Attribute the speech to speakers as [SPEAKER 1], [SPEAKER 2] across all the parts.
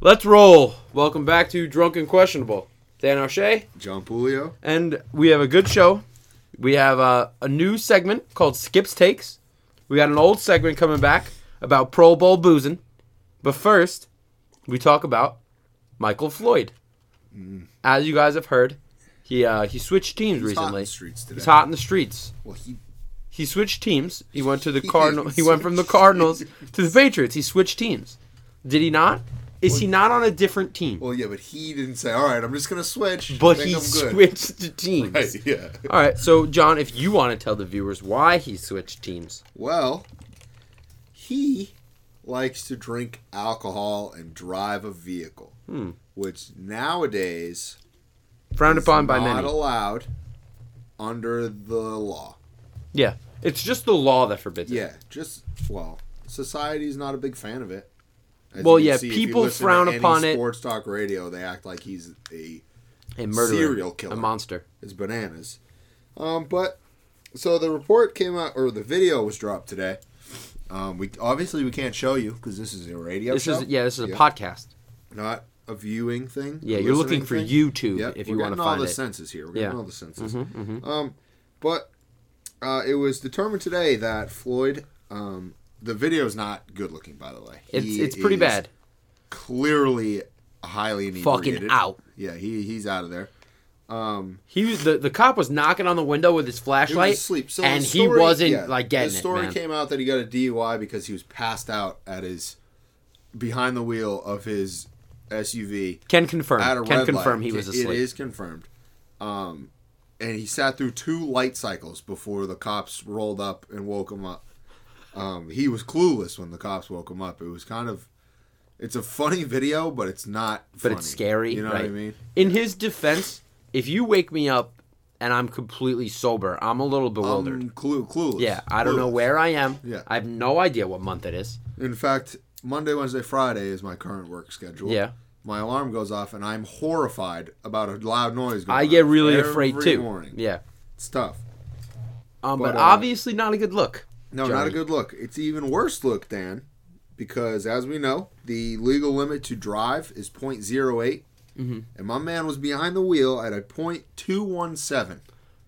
[SPEAKER 1] Let's roll. Welcome back to Drunk and Questionable. Dan O'Shea,
[SPEAKER 2] John Pulio.
[SPEAKER 1] and we have a good show. We have uh, a new segment called Skips Takes. We got an old segment coming back about Pro Bowl boozing. But first, we talk about Michael Floyd. As you guys have heard, he uh, he switched teams
[SPEAKER 2] Mm. He's hot in
[SPEAKER 1] recently.
[SPEAKER 2] the streets today.
[SPEAKER 1] He's hot in the streets.
[SPEAKER 2] Well, he
[SPEAKER 1] He switched teams. He went to the
[SPEAKER 2] He
[SPEAKER 1] Cardinal. He went from the
[SPEAKER 2] switched
[SPEAKER 1] Cardinals to the Patriots. He switched teams. Did he not? Is he not on a different team?
[SPEAKER 2] well, yeah, but he didn't say, "All right, I'm just gonna switch."
[SPEAKER 1] But
[SPEAKER 2] Think
[SPEAKER 1] he
[SPEAKER 2] I'm good."
[SPEAKER 1] switched teams.
[SPEAKER 2] Right, yeah.
[SPEAKER 1] All right, so John, if you want to tell the viewers why he switched teams,
[SPEAKER 2] Well, he likes to drink alcohol and drive a vehicle,
[SPEAKER 1] Hmm.
[SPEAKER 2] which nowadays
[SPEAKER 1] frowned
[SPEAKER 2] is
[SPEAKER 1] upon by
[SPEAKER 2] not
[SPEAKER 1] many.
[SPEAKER 2] allowed under the law.
[SPEAKER 1] Yeah, it's just the law that forbids it.
[SPEAKER 2] Yeah, just well, society's not a big fan of it. As
[SPEAKER 1] Well,
[SPEAKER 2] you can
[SPEAKER 1] yeah,
[SPEAKER 2] see, if you
[SPEAKER 1] people
[SPEAKER 2] listen to
[SPEAKER 1] frown
[SPEAKER 2] any
[SPEAKER 1] upon it.
[SPEAKER 2] Sports talk radio, they act like he's a
[SPEAKER 1] A murderer,
[SPEAKER 2] Serial killer.
[SPEAKER 1] a monster.
[SPEAKER 2] is bananas. Um, but so the report came out, or the video was dropped today. Um, we obviously we can't show you because this is a radio.
[SPEAKER 1] This
[SPEAKER 2] show.
[SPEAKER 1] is yeah, this is a podcast.
[SPEAKER 2] not a viewing thing.
[SPEAKER 1] Yeah,
[SPEAKER 2] a
[SPEAKER 1] you're looking
[SPEAKER 2] listening
[SPEAKER 1] for
[SPEAKER 2] thing.
[SPEAKER 1] YouTube
[SPEAKER 2] Yep,
[SPEAKER 1] if
[SPEAKER 2] we're
[SPEAKER 1] you want to
[SPEAKER 2] getting all
[SPEAKER 1] find
[SPEAKER 2] the
[SPEAKER 1] it.
[SPEAKER 2] senses here.
[SPEAKER 1] Yeah. Mm-hmm,
[SPEAKER 2] We're getting all the senses. Um, but uh, it was determined today that Floyd. Um, the video is not good looking, by the way.
[SPEAKER 1] It's
[SPEAKER 2] He
[SPEAKER 1] it's pretty
[SPEAKER 2] is
[SPEAKER 1] bad.
[SPEAKER 2] Clearly highly
[SPEAKER 1] Fucking
[SPEAKER 2] inebriated.
[SPEAKER 1] out.
[SPEAKER 2] Yeah, he he's out of there.
[SPEAKER 1] He was the, the cop was knocking on the window with his
[SPEAKER 2] He was
[SPEAKER 1] flashlight,
[SPEAKER 2] asleep. So
[SPEAKER 1] and
[SPEAKER 2] the
[SPEAKER 1] he
[SPEAKER 2] story,
[SPEAKER 1] wasn't
[SPEAKER 2] yeah,
[SPEAKER 1] like getting
[SPEAKER 2] The story
[SPEAKER 1] it, man.
[SPEAKER 2] came out that he got a DUI because he was passed out at his behind the wheel of his SUV
[SPEAKER 1] Can confirm.
[SPEAKER 2] at a
[SPEAKER 1] Can
[SPEAKER 2] red
[SPEAKER 1] confirm
[SPEAKER 2] light.
[SPEAKER 1] he was
[SPEAKER 2] It-
[SPEAKER 1] asleep.
[SPEAKER 2] It is confirmed. Um, and he sat through two light cycles before the cops rolled up and woke him up. Um, he was clueless when the cops woke him up. It was kind of, it's a funny video, but it's not.
[SPEAKER 1] but
[SPEAKER 2] funny.
[SPEAKER 1] it's scary.
[SPEAKER 2] You know
[SPEAKER 1] right?
[SPEAKER 2] what I mean?
[SPEAKER 1] In his defense, if you wake me up and I'm completely sober, I'm a little bewildered.
[SPEAKER 2] Um, clue, clueless.
[SPEAKER 1] yeah, I don't know
[SPEAKER 2] Clueless.
[SPEAKER 1] where I am.
[SPEAKER 2] Yeah.
[SPEAKER 1] I have no idea what month it is.
[SPEAKER 2] In fact, Monday, Wednesday, Friday is my current work schedule.
[SPEAKER 1] Yeah.
[SPEAKER 2] My alarm goes off and I'm horrified about a loud noise going
[SPEAKER 1] I get
[SPEAKER 2] on
[SPEAKER 1] really
[SPEAKER 2] every
[SPEAKER 1] afraid too.
[SPEAKER 2] Morning.
[SPEAKER 1] Yeah.
[SPEAKER 2] It's tough.
[SPEAKER 1] Um, but,
[SPEAKER 2] But, uh,
[SPEAKER 1] obviously not a good look.
[SPEAKER 2] No, not
[SPEAKER 1] Johnny.
[SPEAKER 2] a good look. It's even worse look, Dan, because as we know, the legal limit to drive is .08,
[SPEAKER 1] Mm-hmm.
[SPEAKER 2] and my man was behind the wheel at a .217.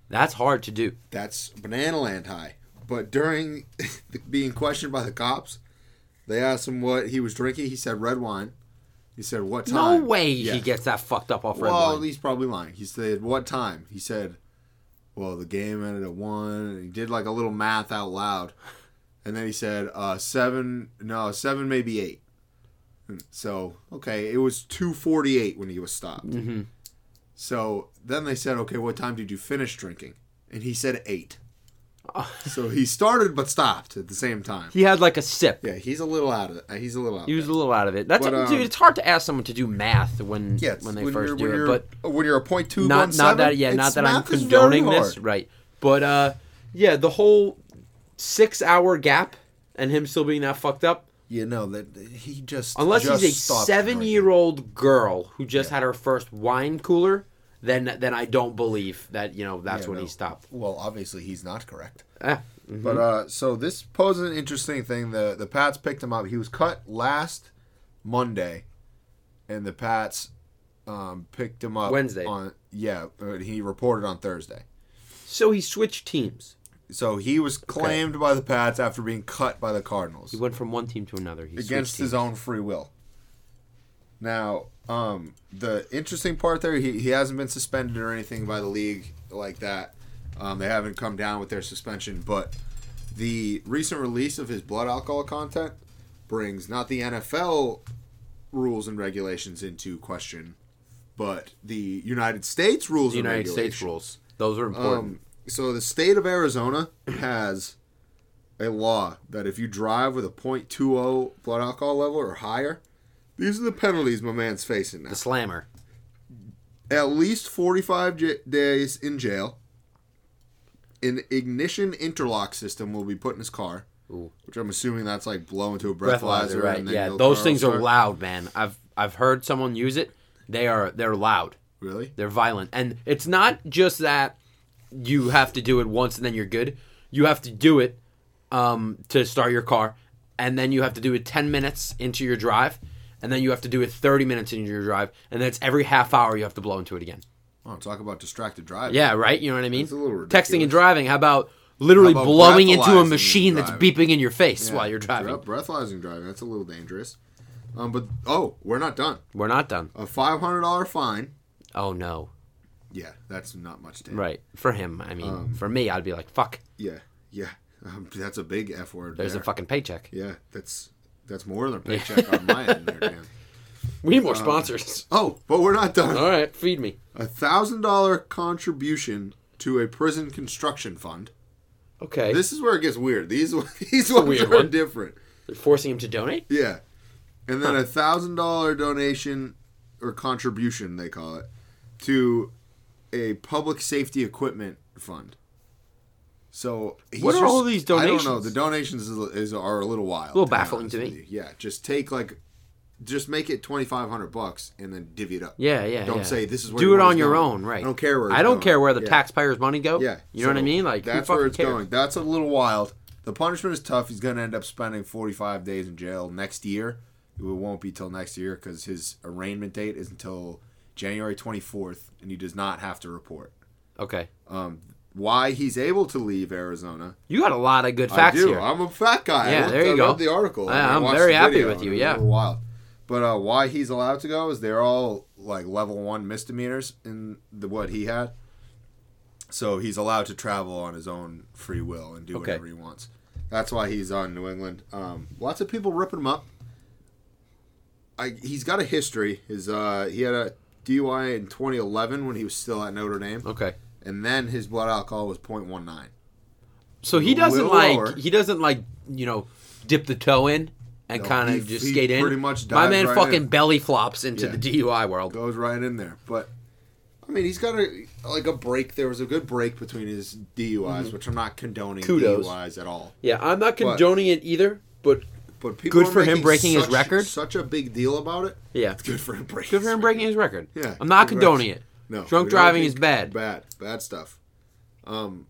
[SPEAKER 1] That's hard to do.
[SPEAKER 2] That's banana land high. But during the, being questioned by the cops, they asked him what he was drinking. He said red wine. He said what time?
[SPEAKER 1] No way
[SPEAKER 2] Yeah.
[SPEAKER 1] he gets that fucked up off red
[SPEAKER 2] well,
[SPEAKER 1] wine.
[SPEAKER 2] he's probably lying. He said, "What time?" He said, "Well, the game ended at one." And he did like a little math out loud, and then he said, uh, seven, no, seven, maybe eight. And So okay, it was two forty-eight when he was stopped. Mm-hmm. So then they said, "Okay, what time did you finish drinking?" And he said eight. so he started but stopped at the same time.
[SPEAKER 1] Oh. He had like a sip.
[SPEAKER 2] Yeah, he's a little out of it. He's a little out.
[SPEAKER 1] He
[SPEAKER 2] of
[SPEAKER 1] was a little out of it. That's
[SPEAKER 2] But, um,
[SPEAKER 1] dude. It's hard to ask someone to do math when
[SPEAKER 2] Yeah, it's
[SPEAKER 1] when they first
[SPEAKER 2] you're,
[SPEAKER 1] do it.
[SPEAKER 2] when
[SPEAKER 1] But
[SPEAKER 2] you're, when you're a point two
[SPEAKER 1] not not that yeah not that I'm condoning this right but uh yeah the whole six hour gap and him still being that fucked up
[SPEAKER 2] You know that that he just
[SPEAKER 1] unless
[SPEAKER 2] just
[SPEAKER 1] he's a
[SPEAKER 2] stopped
[SPEAKER 1] seven
[SPEAKER 2] drinking.
[SPEAKER 1] year old girl who just had her first wine cooler then then I don't believe that you know that's
[SPEAKER 2] Yeah,
[SPEAKER 1] when
[SPEAKER 2] no.
[SPEAKER 1] he stopped
[SPEAKER 2] Well, obviously he's not correct.
[SPEAKER 1] Ah,
[SPEAKER 2] But uh, so this poses an interesting thing. The the Pats picked him up. He was cut last Monday, and the Pats um, picked him up
[SPEAKER 1] Wednesday.
[SPEAKER 2] On yeah, but he reported on Thursday.
[SPEAKER 1] so he switched teams
[SPEAKER 2] So he was claimed by the Pats after being cut by the Cardinals.
[SPEAKER 1] he went from one team to another he
[SPEAKER 2] against
[SPEAKER 1] switched teams.
[SPEAKER 2] his own free will. Now, um, the interesting part there, he, he hasn't been suspended or anything by the league like that. Um, they haven't come down with their suspension, but the recent release of his blood alcohol content brings not the NFL rules and regulations into question, but the United States rules
[SPEAKER 1] The United
[SPEAKER 2] and
[SPEAKER 1] States
[SPEAKER 2] regulations.
[SPEAKER 1] rules those are important
[SPEAKER 2] Um, so the state of Arizona has a law that if you drive with a .20 blood alcohol level or higher, these are the penalties my man's facing now.
[SPEAKER 1] the slammer
[SPEAKER 2] At least 45 j- days in jail. An ignition interlock system will be put in his car,
[SPEAKER 1] Ooh.
[SPEAKER 2] which I'm assuming that's like blow into a breathalyzer.
[SPEAKER 1] breathalyzer right
[SPEAKER 2] and then
[SPEAKER 1] yeah
[SPEAKER 2] your
[SPEAKER 1] those
[SPEAKER 2] car
[SPEAKER 1] things
[SPEAKER 2] will
[SPEAKER 1] are
[SPEAKER 2] start.
[SPEAKER 1] loud man I've I've heard someone use it they are they're loud
[SPEAKER 2] Really?
[SPEAKER 1] They're violent. And it's not just that you have to do it once and then you're good. You have to do it um, to start your car, and then you have to do it 10 minutes into your drive. and then you have to do it 30 minutes into your drive, and then it's every half hour you have to blow into it again.
[SPEAKER 2] Oh, talk about distracted driving.
[SPEAKER 1] Yeah, right. You know what I mean?
[SPEAKER 2] It's a little
[SPEAKER 1] Texting and
[SPEAKER 2] ridiculous.
[SPEAKER 1] driving. How about literally
[SPEAKER 2] How about
[SPEAKER 1] blowing into a
[SPEAKER 2] breathalyzing
[SPEAKER 1] machine
[SPEAKER 2] and
[SPEAKER 1] that's
[SPEAKER 2] driving?
[SPEAKER 1] beeping in your face
[SPEAKER 2] Yeah,
[SPEAKER 1] while you're driving?
[SPEAKER 2] dra- Breathalyzing driving. That's a little dangerous. Um, but oh, we're not done.
[SPEAKER 1] We're not done.
[SPEAKER 2] A five hundred dollar fine.
[SPEAKER 1] Oh no.
[SPEAKER 2] Yeah, that's not much damage.
[SPEAKER 1] Right. For him, I mean,
[SPEAKER 2] Um,
[SPEAKER 1] for me, I'd be like, fuck.
[SPEAKER 2] Yeah, yeah. Um, that's a big F word.
[SPEAKER 1] There's
[SPEAKER 2] there.
[SPEAKER 1] a fucking paycheck.
[SPEAKER 2] Yeah, that's that's more than a paycheck on my end there, Dan.
[SPEAKER 1] We need more sponsors.
[SPEAKER 2] Oh, but we're not done.
[SPEAKER 1] All right, feed me.
[SPEAKER 2] A thousand dollar contribution to a prison construction fund.
[SPEAKER 1] Okay.
[SPEAKER 2] This is where it gets weird. These one- these ones
[SPEAKER 1] weird
[SPEAKER 2] are
[SPEAKER 1] one.
[SPEAKER 2] different.
[SPEAKER 1] They're forcing him to donate.
[SPEAKER 2] Yeah, and then a thousand dollar donation or contribution they call it to a public safety equipment fund. So he's
[SPEAKER 1] What are all these
[SPEAKER 2] I don't know.
[SPEAKER 1] donations?
[SPEAKER 2] The donations is, is are a little wild, a
[SPEAKER 1] little baffling to me.
[SPEAKER 2] Yeah, just take like, just make it twenty five hundred bucks and then divvy it up.
[SPEAKER 1] Yeah, yeah.
[SPEAKER 2] Don't
[SPEAKER 1] yeah.
[SPEAKER 2] say this is where
[SPEAKER 1] Do
[SPEAKER 2] your
[SPEAKER 1] it on
[SPEAKER 2] money's
[SPEAKER 1] your
[SPEAKER 2] going.
[SPEAKER 1] own, right?
[SPEAKER 2] I don't care where.
[SPEAKER 1] I
[SPEAKER 2] it's
[SPEAKER 1] don't
[SPEAKER 2] going.
[SPEAKER 1] care where the
[SPEAKER 2] Yeah.
[SPEAKER 1] taxpayers' money go.
[SPEAKER 2] Yeah,
[SPEAKER 1] You know what I
[SPEAKER 2] so
[SPEAKER 1] mean? Like who
[SPEAKER 2] that's where
[SPEAKER 1] fucking
[SPEAKER 2] it's
[SPEAKER 1] cares?
[SPEAKER 2] going. That's a little wild. The punishment is tough. He's going to end up spending 45 days in jail next year. It won't be till next year because his arraignment date is until January 24th, and he does not have to report.
[SPEAKER 1] Okay.
[SPEAKER 2] Um, why he's able to leave Arizona?
[SPEAKER 1] You got a lot of good facts
[SPEAKER 2] I do.
[SPEAKER 1] here.
[SPEAKER 2] I'm a fat guy. I
[SPEAKER 1] Yeah,
[SPEAKER 2] looked-
[SPEAKER 1] there you
[SPEAKER 2] I
[SPEAKER 1] go.
[SPEAKER 2] Read the article.
[SPEAKER 1] I-
[SPEAKER 2] and I
[SPEAKER 1] I'm
[SPEAKER 2] watched
[SPEAKER 1] very
[SPEAKER 2] the
[SPEAKER 1] happy
[SPEAKER 2] video,
[SPEAKER 1] with you,
[SPEAKER 2] and it was
[SPEAKER 1] yeah.
[SPEAKER 2] a little wild. But uh, why he's allowed to go is they're all like level one misdemeanors in the what he had. So he's allowed to travel on his own free will and do
[SPEAKER 1] Okay.
[SPEAKER 2] whatever he wants. That's why he's on New England. Um, lots of people ripping him up. I, he's got a history. His uh, he had a DUI in 2011 when he was still at Notre Dame,
[SPEAKER 1] Okay.
[SPEAKER 2] and then his blood alcohol was 0.19.
[SPEAKER 1] So he doesn't
[SPEAKER 2] Will
[SPEAKER 1] like
[SPEAKER 2] Lower.
[SPEAKER 1] he doesn't like you know dip the toe in and
[SPEAKER 2] No,
[SPEAKER 1] kind
[SPEAKER 2] he-
[SPEAKER 1] of just
[SPEAKER 2] he
[SPEAKER 1] skate in.
[SPEAKER 2] pretty much
[SPEAKER 1] My
[SPEAKER 2] dives
[SPEAKER 1] man
[SPEAKER 2] right
[SPEAKER 1] fucking
[SPEAKER 2] in.
[SPEAKER 1] belly flops into
[SPEAKER 2] Yeah.
[SPEAKER 1] the DUI world.
[SPEAKER 2] goes right in there. But I mean, he's got a like a break. There was a good break between his DUIs, which I'm not condoning
[SPEAKER 1] Mm-hmm. Kudos.
[SPEAKER 2] DUIs at all.
[SPEAKER 1] Yeah, I'm not condoning it either, but
[SPEAKER 2] But people
[SPEAKER 1] Good
[SPEAKER 2] are
[SPEAKER 1] for him
[SPEAKER 2] making
[SPEAKER 1] breaking his
[SPEAKER 2] such-
[SPEAKER 1] record.
[SPEAKER 2] Such a big deal about it.
[SPEAKER 1] Yeah.
[SPEAKER 2] it's good for him breaking.
[SPEAKER 1] good for him
[SPEAKER 2] his
[SPEAKER 1] breaking his record.
[SPEAKER 2] record. Yeah,
[SPEAKER 1] I'm not
[SPEAKER 2] congrats.
[SPEAKER 1] condoning it.
[SPEAKER 2] No,
[SPEAKER 1] Drunk
[SPEAKER 2] we don't
[SPEAKER 1] driving is
[SPEAKER 2] think-
[SPEAKER 1] bad.
[SPEAKER 2] Bad, bad stuff. Um,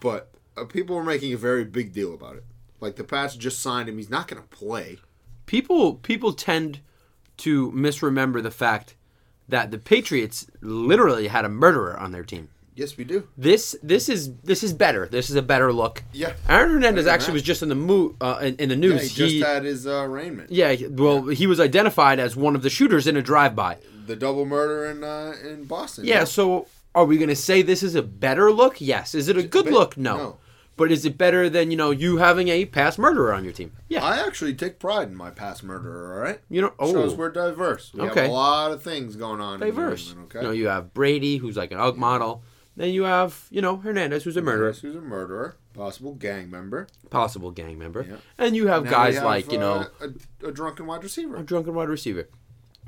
[SPEAKER 2] but uh, people are making a very big deal about it. Like the Pats just signed him. He's not going to play.
[SPEAKER 1] People people tend to misremember the fact that the Patriots literally had a murderer on their team.
[SPEAKER 2] Yes, we do.
[SPEAKER 1] This this is this is better. This is a better look.
[SPEAKER 2] Yeah.
[SPEAKER 1] Aaron Hernandez
[SPEAKER 2] than
[SPEAKER 1] actually
[SPEAKER 2] that.
[SPEAKER 1] was just in the mo- uh, in, in the
[SPEAKER 2] Yeah,
[SPEAKER 1] news.
[SPEAKER 2] he just had his uh, arraignment.
[SPEAKER 1] Yeah, he- well, he was identified as one of the shooters in a drive-by.
[SPEAKER 2] The double murder in uh, in Boston.
[SPEAKER 1] Yeah, so are we going to say this is a better look? Yes. Is it a good
[SPEAKER 2] but-
[SPEAKER 1] look? No.
[SPEAKER 2] no.
[SPEAKER 1] But is it better than, you know, you having a past murderer on your team? Yeah.
[SPEAKER 2] I actually take pride in my past murderer. All right,
[SPEAKER 1] you know, oh,
[SPEAKER 2] shows we're diverse. We
[SPEAKER 1] Okay.
[SPEAKER 2] have a lot of things going on. in New
[SPEAKER 1] diverse.
[SPEAKER 2] England,
[SPEAKER 1] You know, you have Brady, who's like an UG model. Then you have, you know, Hernandez, who's a murderer,
[SPEAKER 2] Who's a murderer? Possible gang member.
[SPEAKER 1] possible gang member.
[SPEAKER 2] Yeah.
[SPEAKER 1] And you have
[SPEAKER 2] Now
[SPEAKER 1] guys
[SPEAKER 2] we have,
[SPEAKER 1] like, you know, Uh,
[SPEAKER 2] uh, a, a drunken
[SPEAKER 1] a
[SPEAKER 2] wide receiver.
[SPEAKER 1] drunken wide receiver.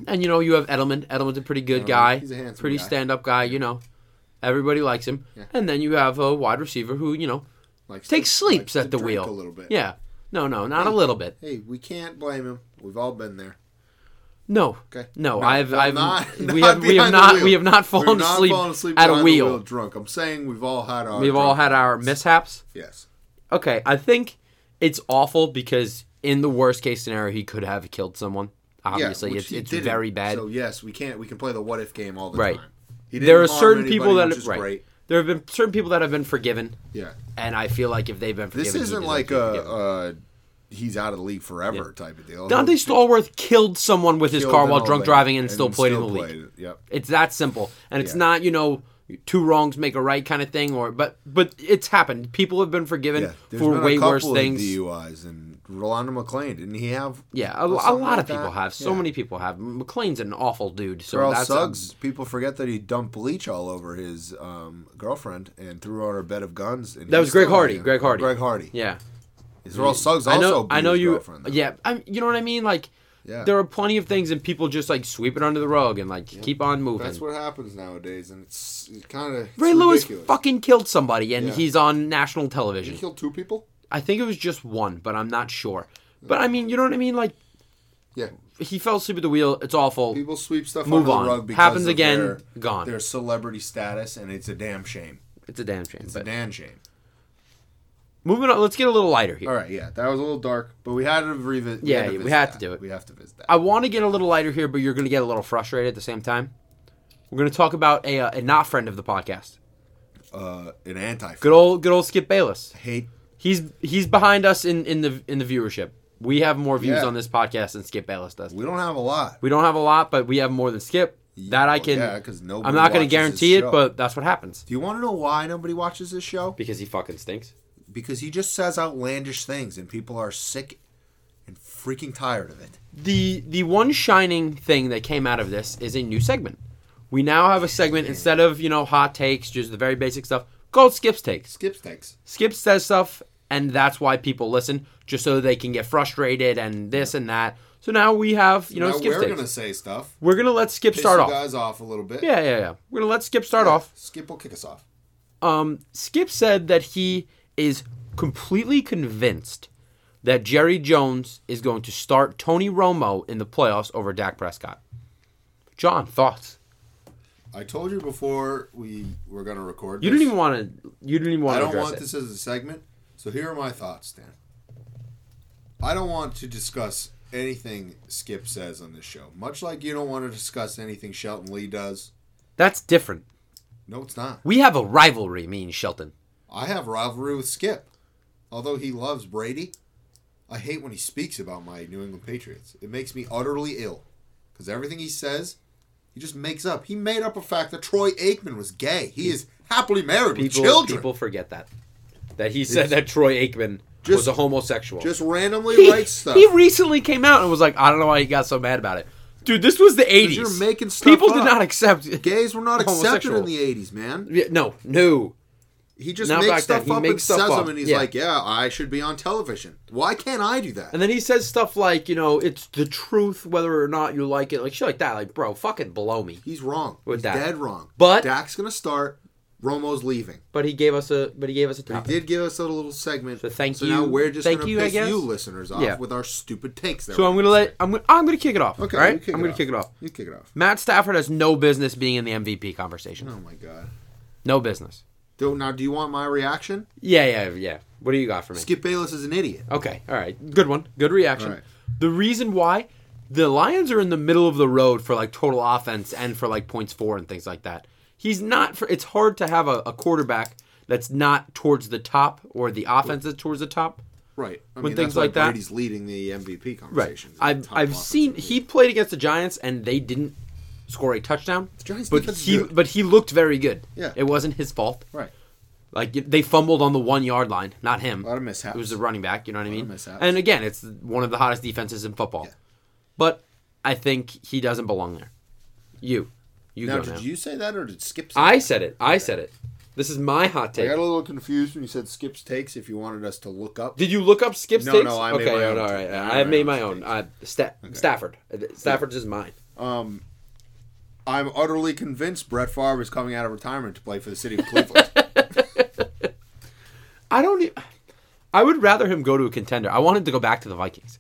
[SPEAKER 1] And, you know, you have Edelman. Edelman's a pretty good
[SPEAKER 2] Edelman,
[SPEAKER 1] guy.
[SPEAKER 2] he's a handsome
[SPEAKER 1] Pretty
[SPEAKER 2] guy.
[SPEAKER 1] stand-up guy, you know. Everybody likes him.
[SPEAKER 2] Yeah.
[SPEAKER 1] And then you have a wide receiver who, you know,
[SPEAKER 2] Like
[SPEAKER 1] takes sleeps at the
[SPEAKER 2] drink
[SPEAKER 1] wheel.
[SPEAKER 2] a little bit.
[SPEAKER 1] Yeah. No, no, not a little bit.
[SPEAKER 2] Hey, we can't blame him. We've all been there.
[SPEAKER 1] No.
[SPEAKER 2] Okay.
[SPEAKER 1] No,
[SPEAKER 2] No,
[SPEAKER 1] I've,
[SPEAKER 2] no,
[SPEAKER 1] I've,
[SPEAKER 2] not-
[SPEAKER 1] we have,
[SPEAKER 2] not
[SPEAKER 1] we have
[SPEAKER 2] behind the
[SPEAKER 1] not,
[SPEAKER 2] wheel.
[SPEAKER 1] we have not fallen
[SPEAKER 2] We've not
[SPEAKER 1] asleep,
[SPEAKER 2] fallen asleep
[SPEAKER 1] at a
[SPEAKER 2] behind the
[SPEAKER 1] wheel.
[SPEAKER 2] drunk. I'm saying we've all had our.
[SPEAKER 1] We've all
[SPEAKER 2] drunk
[SPEAKER 1] had our
[SPEAKER 2] moments.
[SPEAKER 1] mishaps.
[SPEAKER 2] Yes.
[SPEAKER 1] Okay, I think it's awful because in the worst case scenario, he could have killed someone. Obviously,
[SPEAKER 2] which
[SPEAKER 1] it's
[SPEAKER 2] he
[SPEAKER 1] it's
[SPEAKER 2] didn't.
[SPEAKER 1] very bad.
[SPEAKER 2] So yes, we can't. We can play the what if game all the
[SPEAKER 1] Right.
[SPEAKER 2] time. He didn't
[SPEAKER 1] there are
[SPEAKER 2] harm
[SPEAKER 1] certain
[SPEAKER 2] anybody,
[SPEAKER 1] people that
[SPEAKER 2] which is
[SPEAKER 1] right.
[SPEAKER 2] great.
[SPEAKER 1] There have been certain people that have been forgiven,
[SPEAKER 2] Yeah.
[SPEAKER 1] and I feel like if they've been forgiven,
[SPEAKER 2] This
[SPEAKER 1] he
[SPEAKER 2] isn't
[SPEAKER 1] deserves
[SPEAKER 2] like
[SPEAKER 1] to
[SPEAKER 2] a,
[SPEAKER 1] be forgiven.
[SPEAKER 2] uh he's out of the league forever type of deal.
[SPEAKER 1] Dante Stallworth killed someone with his
[SPEAKER 2] He'll
[SPEAKER 1] car
[SPEAKER 2] do
[SPEAKER 1] while
[SPEAKER 2] all
[SPEAKER 1] drunk
[SPEAKER 2] that
[SPEAKER 1] driving and, still played in the league.
[SPEAKER 2] played. Yep.
[SPEAKER 1] It's that simple, and it's
[SPEAKER 2] Yeah.
[SPEAKER 1] not you know two wrongs make a right kind of thing, or but but it's happened. People have been forgiven
[SPEAKER 2] Yeah. There's
[SPEAKER 1] for
[SPEAKER 2] been
[SPEAKER 1] way
[SPEAKER 2] a couple
[SPEAKER 1] worse
[SPEAKER 2] of
[SPEAKER 1] things.
[SPEAKER 2] DUIs and Rolando McClain didn't he have?
[SPEAKER 1] yeah, a, a
[SPEAKER 2] something
[SPEAKER 1] lot
[SPEAKER 2] like
[SPEAKER 1] of people
[SPEAKER 2] that?
[SPEAKER 1] have. So
[SPEAKER 2] Yeah.
[SPEAKER 1] many people have. McLean's an awful dude. So
[SPEAKER 2] Carl
[SPEAKER 1] that's um, a-
[SPEAKER 2] Suggs. people forget that he dumped bleach all over his um, girlfriend and threw on her bed of guns. And
[SPEAKER 1] That
[SPEAKER 2] he
[SPEAKER 1] was Greg
[SPEAKER 2] still
[SPEAKER 1] Hardy,
[SPEAKER 2] him.
[SPEAKER 1] Greg Hardy.
[SPEAKER 2] Greg Hardy.
[SPEAKER 1] yeah,
[SPEAKER 2] Earl Suggs
[SPEAKER 1] I
[SPEAKER 2] also.
[SPEAKER 1] know.
[SPEAKER 2] beat
[SPEAKER 1] I know
[SPEAKER 2] his
[SPEAKER 1] you.
[SPEAKER 2] girlfriend, though.
[SPEAKER 1] Yeah, I'm, you know what I mean. Like,
[SPEAKER 2] Yeah.
[SPEAKER 1] there are plenty of things, and people just like sweep it under the rug and like keep on moving.
[SPEAKER 2] That's what happens nowadays, and it's, it's kind of
[SPEAKER 1] Ray Lewis
[SPEAKER 2] ridiculous.
[SPEAKER 1] fucking killed somebody, and
[SPEAKER 2] Yeah.
[SPEAKER 1] he's on national
[SPEAKER 2] He
[SPEAKER 1] television.
[SPEAKER 2] killed two people.
[SPEAKER 1] I think it was just one, but I'm not sure. But I mean, you know what I mean? Like,
[SPEAKER 2] Yeah.
[SPEAKER 1] he fell asleep at the wheel. It's awful.
[SPEAKER 2] People sweep stuff
[SPEAKER 1] Move
[SPEAKER 2] under
[SPEAKER 1] on.
[SPEAKER 2] the rug because
[SPEAKER 1] Happens
[SPEAKER 2] of
[SPEAKER 1] again,
[SPEAKER 2] Their,
[SPEAKER 1] gone.
[SPEAKER 2] Their celebrity status, and it's a damn shame.
[SPEAKER 1] It's a damn shame.
[SPEAKER 2] It's a
[SPEAKER 1] but
[SPEAKER 2] damn shame.
[SPEAKER 1] Moving on, let's get a little lighter here.
[SPEAKER 2] All right, yeah, that was a little dark, but we had to revisit.
[SPEAKER 1] Yeah,
[SPEAKER 2] had
[SPEAKER 1] yeah, we
[SPEAKER 2] visit
[SPEAKER 1] had to
[SPEAKER 2] that.
[SPEAKER 1] do it.
[SPEAKER 2] We have to visit that.
[SPEAKER 1] I want to get a little lighter here, but you're going to get a little frustrated at the same time. We're going to talk about a, uh, a not friend of the podcast.
[SPEAKER 2] Uh, an anti.
[SPEAKER 1] Good old good old Skip Bayless.
[SPEAKER 2] Hate.
[SPEAKER 1] He's he's behind us in, in the in the viewership. We have more views
[SPEAKER 2] Yeah.
[SPEAKER 1] on this podcast than Skip Bayless does.
[SPEAKER 2] We don't have a lot.
[SPEAKER 1] We don't have a lot, but we have more than Skip. That I
[SPEAKER 2] Well,
[SPEAKER 1] can.
[SPEAKER 2] yeah, 'cause nobody
[SPEAKER 1] I'm not going
[SPEAKER 2] watches
[SPEAKER 1] to
[SPEAKER 2] this
[SPEAKER 1] guarantee it,
[SPEAKER 2] show.
[SPEAKER 1] but that's what happens
[SPEAKER 2] Do you want to know why nobody watches this show?
[SPEAKER 1] because he fucking stinks.
[SPEAKER 2] Because he just says outlandish things, and people are sick and freaking tired of it.
[SPEAKER 1] the the one shining thing that came out of this is a new segment. We now have a segment instead of you know hot takes, just the very basic stuff called Skip's takes.
[SPEAKER 2] Skip stinks.
[SPEAKER 1] Skip says stuff, and that's why people listen, just so they can get frustrated and this and that. So now we have you know
[SPEAKER 2] now
[SPEAKER 1] Skip's
[SPEAKER 2] we're
[SPEAKER 1] takes.
[SPEAKER 2] gonna say stuff.
[SPEAKER 1] we're gonna let Skip
[SPEAKER 2] Piss
[SPEAKER 1] start
[SPEAKER 2] you
[SPEAKER 1] off.
[SPEAKER 2] guys off a little bit.
[SPEAKER 1] Yeah, yeah, yeah. We're gonna let Skip start off.
[SPEAKER 2] Skip will kick us off.
[SPEAKER 1] Um, Skip said that he is completely convinced that Jerry Jones is going to start Tony Romo in the playoffs over Dak Prescott. John, thoughts?
[SPEAKER 2] I told you before we were gonna record.
[SPEAKER 1] You
[SPEAKER 2] this.
[SPEAKER 1] didn't even want to. You didn't even want
[SPEAKER 2] I
[SPEAKER 1] to
[SPEAKER 2] don't
[SPEAKER 1] address
[SPEAKER 2] want
[SPEAKER 1] it.
[SPEAKER 2] this as a segment. So here are my thoughts, Dan. I don't want to discuss anything Skip says on this show. Much like you don't want to discuss anything Shelton Lee does.
[SPEAKER 1] That's different.
[SPEAKER 2] No, it's not.
[SPEAKER 1] We have a rivalry, me and Shelton.
[SPEAKER 2] I have rivalry with Skip. Although he loves Brady, I hate when he speaks about my New England Patriots. It makes me utterly ill. Because everything he says, he just makes up. He made up a fact that Troy Aikman was gay. He is happily married
[SPEAKER 1] People,
[SPEAKER 2] with children.
[SPEAKER 1] people forget that. That he said that Troy Aikman was
[SPEAKER 2] Just-
[SPEAKER 1] a homosexual.
[SPEAKER 2] just randomly
[SPEAKER 1] he,
[SPEAKER 2] writes stuff.
[SPEAKER 1] he recently came out and was like, I don't know why he got so mad about it. Dude, this was the 80s.
[SPEAKER 2] you're making stuff
[SPEAKER 1] People did
[SPEAKER 2] up.
[SPEAKER 1] not accept.
[SPEAKER 2] Gays were not accepted
[SPEAKER 1] Homosexual.
[SPEAKER 2] in the 80s, man.
[SPEAKER 1] Yeah, no, no.
[SPEAKER 2] He just
[SPEAKER 1] Not back
[SPEAKER 2] makes
[SPEAKER 1] then.
[SPEAKER 2] stuff
[SPEAKER 1] He
[SPEAKER 2] up
[SPEAKER 1] makes
[SPEAKER 2] and
[SPEAKER 1] stuff
[SPEAKER 2] says
[SPEAKER 1] up.
[SPEAKER 2] them, and he's
[SPEAKER 1] Yeah.
[SPEAKER 2] like, yeah, I should be on television. Why can't I do that?
[SPEAKER 1] And then he says stuff like, you know, it's the truth whether or not you like it, like shit like that. Like, bro, fucking blow me.
[SPEAKER 2] he's wrong.
[SPEAKER 1] With
[SPEAKER 2] he's
[SPEAKER 1] that.
[SPEAKER 2] dead wrong.
[SPEAKER 1] But-
[SPEAKER 2] Dak's going to start. Romo's leaving.
[SPEAKER 1] But he gave us a, but he gave us a
[SPEAKER 2] He
[SPEAKER 1] topic.
[SPEAKER 2] did give us a little segment.
[SPEAKER 1] So thank
[SPEAKER 2] so
[SPEAKER 1] you-
[SPEAKER 2] now we're just
[SPEAKER 1] thank
[SPEAKER 2] gonna
[SPEAKER 1] you, I
[SPEAKER 2] piss
[SPEAKER 1] guess.
[SPEAKER 2] you listeners off
[SPEAKER 1] Yeah.
[SPEAKER 2] with our stupid takes. That
[SPEAKER 1] So I'm
[SPEAKER 2] we're
[SPEAKER 1] gonna let I'm gonna I'm gonna kick it off. Okay,
[SPEAKER 2] Okay,
[SPEAKER 1] all
[SPEAKER 2] you
[SPEAKER 1] right,
[SPEAKER 2] kick
[SPEAKER 1] I'm
[SPEAKER 2] it
[SPEAKER 1] gonna
[SPEAKER 2] off.
[SPEAKER 1] kick it off.
[SPEAKER 2] You kick it off.
[SPEAKER 1] Matt Stafford has no business being in the MVP conversation.
[SPEAKER 2] Oh my god.
[SPEAKER 1] No business.
[SPEAKER 2] Do, now, do you want my reaction?
[SPEAKER 1] Yeah, yeah, yeah. What do you got for me?
[SPEAKER 2] Skip Bayless is an idiot.
[SPEAKER 1] Okay, all right. Good one. Good reaction.
[SPEAKER 2] All right.
[SPEAKER 1] The reason why the Lions are in the middle of the road for like total offense and for like points for and things like that. He's not for it's hard to have a, a quarterback that's not towards the top or the offense that's towards the top.
[SPEAKER 2] Right. I
[SPEAKER 1] When
[SPEAKER 2] mean,
[SPEAKER 1] things
[SPEAKER 2] that's why
[SPEAKER 1] like that-
[SPEAKER 2] Brady's leading the MVP
[SPEAKER 1] Right.
[SPEAKER 2] conversation.
[SPEAKER 1] I've
[SPEAKER 2] Top
[SPEAKER 1] I've
[SPEAKER 2] offensive
[SPEAKER 1] seen
[SPEAKER 2] leader.
[SPEAKER 1] he played against the Giants and they didn't score a touchdown.
[SPEAKER 2] Giants
[SPEAKER 1] but
[SPEAKER 2] defense is
[SPEAKER 1] he
[SPEAKER 2] good.
[SPEAKER 1] but he looked very good.
[SPEAKER 2] Yeah.
[SPEAKER 1] It wasn't his fault.
[SPEAKER 2] right.
[SPEAKER 1] Like they fumbled on the one yard line, not him.
[SPEAKER 2] A lot of mishaps.
[SPEAKER 1] It was the running back. You know what I mean?
[SPEAKER 2] mishaps.
[SPEAKER 1] And again, it's one of the hottest defenses in football. But I think he doesn't belong there. You, you
[SPEAKER 2] Now,
[SPEAKER 1] go
[SPEAKER 2] did
[SPEAKER 1] now.
[SPEAKER 2] you say that or did Skip? Say
[SPEAKER 1] I
[SPEAKER 2] that?
[SPEAKER 1] said it. I said it. This is my hot
[SPEAKER 2] I
[SPEAKER 1] take.
[SPEAKER 2] got a little confused when you said Skip's takes. If you wanted us to look up,
[SPEAKER 1] Did you look up Skip's
[SPEAKER 2] No,
[SPEAKER 1] takes?
[SPEAKER 2] no, I made
[SPEAKER 1] okay,
[SPEAKER 2] my
[SPEAKER 1] all
[SPEAKER 2] own.
[SPEAKER 1] right, all right.
[SPEAKER 2] I
[SPEAKER 1] I
[SPEAKER 2] made my
[SPEAKER 1] made
[SPEAKER 2] own
[SPEAKER 1] my own. Uh, Sta- Stafford. Uh, Stafford's is mine.
[SPEAKER 2] um, I'm utterly convinced Brett Favre is coming out of retirement to play for the city of Cleveland.
[SPEAKER 1] I don't. e- I would rather him go to a contender. I want him to go back to the Vikings.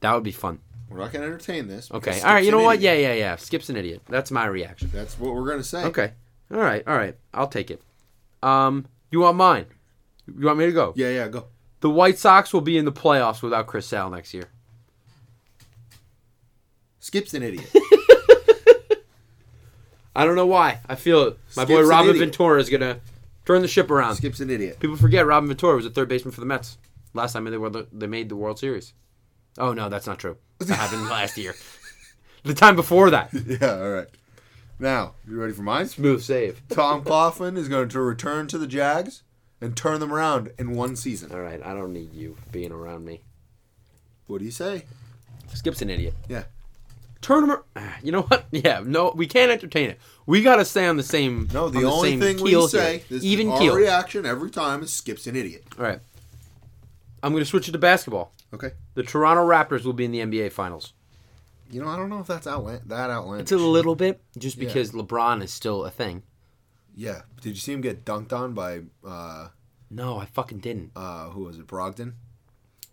[SPEAKER 1] That would be fun.
[SPEAKER 2] We're not going to entertain this.
[SPEAKER 1] Okay.
[SPEAKER 2] because
[SPEAKER 1] all right.
[SPEAKER 2] Skip's
[SPEAKER 1] You know
[SPEAKER 2] an
[SPEAKER 1] what?
[SPEAKER 2] idiot.
[SPEAKER 1] Yeah, yeah, yeah. Skip's an idiot. That's my reaction.
[SPEAKER 2] That's what we're going to say.
[SPEAKER 1] Okay. All right. All right. I'll take it. Um, you want mine? You want me to go?
[SPEAKER 2] Yeah, yeah, go.
[SPEAKER 1] The White Sox will be in the playoffs without Chris Sale next year.
[SPEAKER 2] Skip's an idiot.
[SPEAKER 1] I don't know why. I feel it. My boy
[SPEAKER 2] Skip's an
[SPEAKER 1] Robin
[SPEAKER 2] idiot.
[SPEAKER 1] Ventura is gonna turn the ship around.
[SPEAKER 2] Skip's an idiot.
[SPEAKER 1] People forget Robin Ventura was a third baseman for the Mets last time they were they made the World Series. Oh no, that's not true. That happened last year. The time before that.
[SPEAKER 2] Yeah, all right. Now, you ready for mine?
[SPEAKER 1] Smooth save.
[SPEAKER 2] Tom Coughlin is going to return to the Jags and turn them around in one season.
[SPEAKER 1] All right. I don't need you being around me.
[SPEAKER 2] What do you say?
[SPEAKER 1] Skip's an idiot.
[SPEAKER 2] Yeah.
[SPEAKER 1] Turn him. ar- ah, You know what? Yeah, no, we can't entertain it. We gotta stay on the same.
[SPEAKER 2] No,
[SPEAKER 1] on
[SPEAKER 2] the only
[SPEAKER 1] same
[SPEAKER 2] thing
[SPEAKER 1] keel
[SPEAKER 2] we say,
[SPEAKER 1] here.
[SPEAKER 2] this
[SPEAKER 1] even
[SPEAKER 2] is our
[SPEAKER 1] keel.
[SPEAKER 2] reaction every time is Skip's an idiot.
[SPEAKER 1] All right, I'm gonna switch it to basketball.
[SPEAKER 2] Okay.
[SPEAKER 1] The Toronto Raptors will be in the NBA Finals.
[SPEAKER 2] You know, I don't know if that's outland- that outlandish.
[SPEAKER 1] It's a little bit, just because LeBron is still a thing.
[SPEAKER 2] yeah. Did you see him get dunked on by, uh,
[SPEAKER 1] No, I fucking didn't.
[SPEAKER 2] uh, who was it, Brogdon?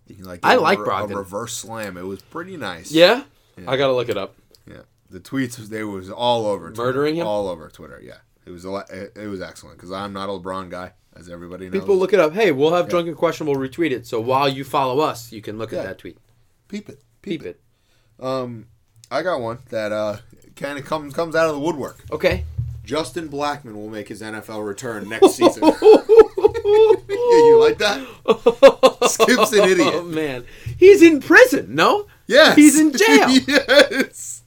[SPEAKER 2] He, like,
[SPEAKER 1] I
[SPEAKER 2] gave him
[SPEAKER 1] like
[SPEAKER 2] a, re-
[SPEAKER 1] Brogdon.
[SPEAKER 2] A reverse slam. It was pretty nice.
[SPEAKER 1] Yeah? I gotta look it up.
[SPEAKER 2] Yeah. The tweets they was all over
[SPEAKER 1] Murdering him?
[SPEAKER 2] all over Twitter, yeah. It was a lot, it, it was excellent because I'm not a LeBron guy, as everybody knows.
[SPEAKER 1] People look it up. Hey, we'll have
[SPEAKER 2] Yeah.
[SPEAKER 1] Drunken Questionable retweet it. So while you follow us, you can look
[SPEAKER 2] Yeah.
[SPEAKER 1] at that tweet.
[SPEAKER 2] peep it, peep,
[SPEAKER 1] Peep
[SPEAKER 2] it.
[SPEAKER 1] it.
[SPEAKER 2] Um, I got one that uh kind of comes comes out of the woodwork.
[SPEAKER 1] Okay.
[SPEAKER 2] Justin Blackman will make his NFL return next season. yeah, you like that? Skip's an idiot.
[SPEAKER 1] Oh man, he's in prison. No.
[SPEAKER 2] Yes.
[SPEAKER 1] He's in jail.
[SPEAKER 2] yes.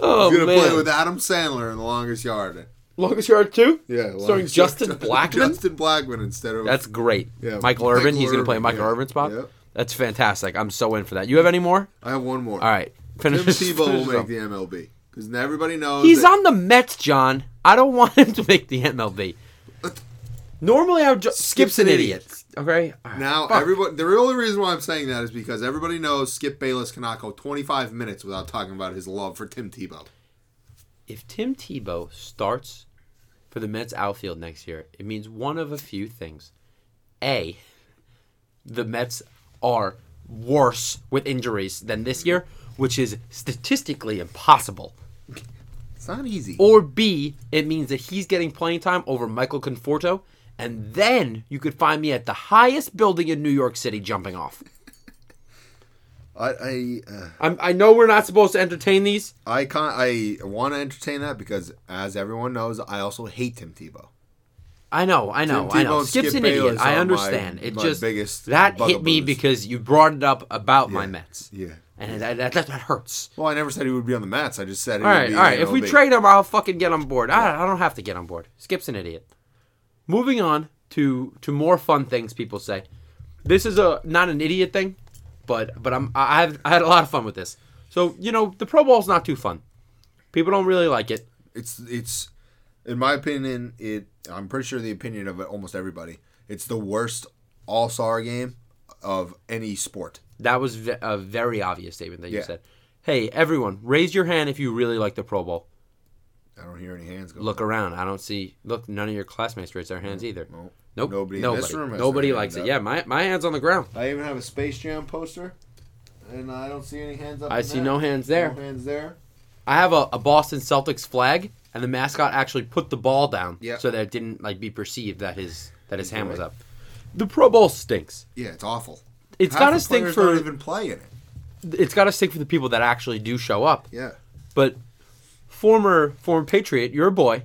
[SPEAKER 1] Oh
[SPEAKER 2] He's gonna
[SPEAKER 1] man.
[SPEAKER 2] play with Adam Sandler in the longest yard.
[SPEAKER 1] Longest yard two.
[SPEAKER 2] Yeah,
[SPEAKER 1] Starring
[SPEAKER 2] Longest
[SPEAKER 1] Justin
[SPEAKER 2] Yard.
[SPEAKER 1] Blackman?
[SPEAKER 2] Justin Blackman instead of
[SPEAKER 1] That's great.
[SPEAKER 2] Yeah,
[SPEAKER 1] Michael
[SPEAKER 2] Michael
[SPEAKER 1] Irvin. he's gonna play
[SPEAKER 2] Irvin,
[SPEAKER 1] Michael
[SPEAKER 2] yeah.
[SPEAKER 1] Irvin's spot.
[SPEAKER 2] Yep.
[SPEAKER 1] That's fantastic. I'm so in for that. You have any more?
[SPEAKER 2] I have one more.
[SPEAKER 1] All right. Finish.
[SPEAKER 2] Tim Tebow will
[SPEAKER 1] finish
[SPEAKER 2] make
[SPEAKER 1] up.
[SPEAKER 2] the MLB because everybody knows
[SPEAKER 1] He's
[SPEAKER 2] that-
[SPEAKER 1] on the Mets, John. I don't want him to make the MLB. Normally, I would ju- Skip's an
[SPEAKER 2] an
[SPEAKER 1] idiot. Okay. All right.
[SPEAKER 2] Now
[SPEAKER 1] Fuck.
[SPEAKER 2] everybody, the only reason why I'm saying that is because everybody knows Skip Bayless cannot go 25 minutes without talking about his love for Tim Tebow.
[SPEAKER 1] if Tim Tebow starts for the Mets outfield next year, it means one of a few things. A, the Mets are worse with injuries than this year, which is statistically impossible.
[SPEAKER 2] It's not easy.
[SPEAKER 1] Or B, it means that he's getting playing time over Michael Conforto, and then you could find me at the highest building in New York City jumping off.
[SPEAKER 2] I I uh,
[SPEAKER 1] I'm, I know we're not supposed to entertain these.
[SPEAKER 2] I can't, I want to entertain that because as everyone knows, I also hate Tim Tebow.
[SPEAKER 1] I know, I know,
[SPEAKER 2] Tim
[SPEAKER 1] I know.
[SPEAKER 2] Tebow and
[SPEAKER 1] Skip's
[SPEAKER 2] Skip
[SPEAKER 1] an idiot.
[SPEAKER 2] Bayless are
[SPEAKER 1] I
[SPEAKER 2] my-
[SPEAKER 1] understand. it
[SPEAKER 2] my
[SPEAKER 1] just
[SPEAKER 2] biggest
[SPEAKER 1] that hit me
[SPEAKER 2] bugaboos.
[SPEAKER 1] because you brought it up about my Mets,
[SPEAKER 2] Yeah.
[SPEAKER 1] and that, that, that, that hurts.
[SPEAKER 2] Well, I never said he would be on the Mets. I just said he
[SPEAKER 1] All
[SPEAKER 2] would
[SPEAKER 1] right,
[SPEAKER 2] be
[SPEAKER 1] all right.
[SPEAKER 2] in
[SPEAKER 1] If we
[SPEAKER 2] MLB.
[SPEAKER 1] trade him, I'll fucking get on board. I, I don't have to get on board. Skip's an idiot. Moving on to to more fun things people say. This is a not an idiot thing, but but I'm I- I've I had a lot of fun with this. So you know the Pro Bowl's not too fun. People don't really like it.
[SPEAKER 2] it's it's in my opinion, it I'm pretty sure the opinion of almost everybody. It's the worst All Star game of any sport.
[SPEAKER 1] That was ve- a very obvious statement that you
[SPEAKER 2] Yeah.
[SPEAKER 1] said. Hey, everyone, raise your hand if you really like the Pro Bowl.
[SPEAKER 2] I don't hear any hands go.
[SPEAKER 1] Look around. I don't see. Look, none of your classmates raise their hands either.
[SPEAKER 2] no.
[SPEAKER 1] Nope. Nobody.
[SPEAKER 2] Nobody in this
[SPEAKER 1] Nobody,
[SPEAKER 2] room has
[SPEAKER 1] nobody
[SPEAKER 2] their
[SPEAKER 1] likes
[SPEAKER 2] hand
[SPEAKER 1] it. Yeah, my, my hand's on the ground.
[SPEAKER 2] I even have a Space Jam poster, and I don't see any hands up.
[SPEAKER 1] I
[SPEAKER 2] in
[SPEAKER 1] see
[SPEAKER 2] that.
[SPEAKER 1] no hands there.
[SPEAKER 2] No hands there.
[SPEAKER 1] I have a, a Boston Celtics flag, and the mascot actually put the ball down
[SPEAKER 2] Yeah.
[SPEAKER 1] so that it didn't like be perceived that his that his hand was up. The Pro Bowl stinks.
[SPEAKER 2] Yeah, it's awful.
[SPEAKER 1] It's
[SPEAKER 2] Half
[SPEAKER 1] gotta
[SPEAKER 2] the
[SPEAKER 1] stink
[SPEAKER 2] players
[SPEAKER 1] for-
[SPEAKER 2] don't even play in it.
[SPEAKER 1] It's got to stink for the people that actually do show up.
[SPEAKER 2] Yeah,
[SPEAKER 1] But former former Patriot, your boy,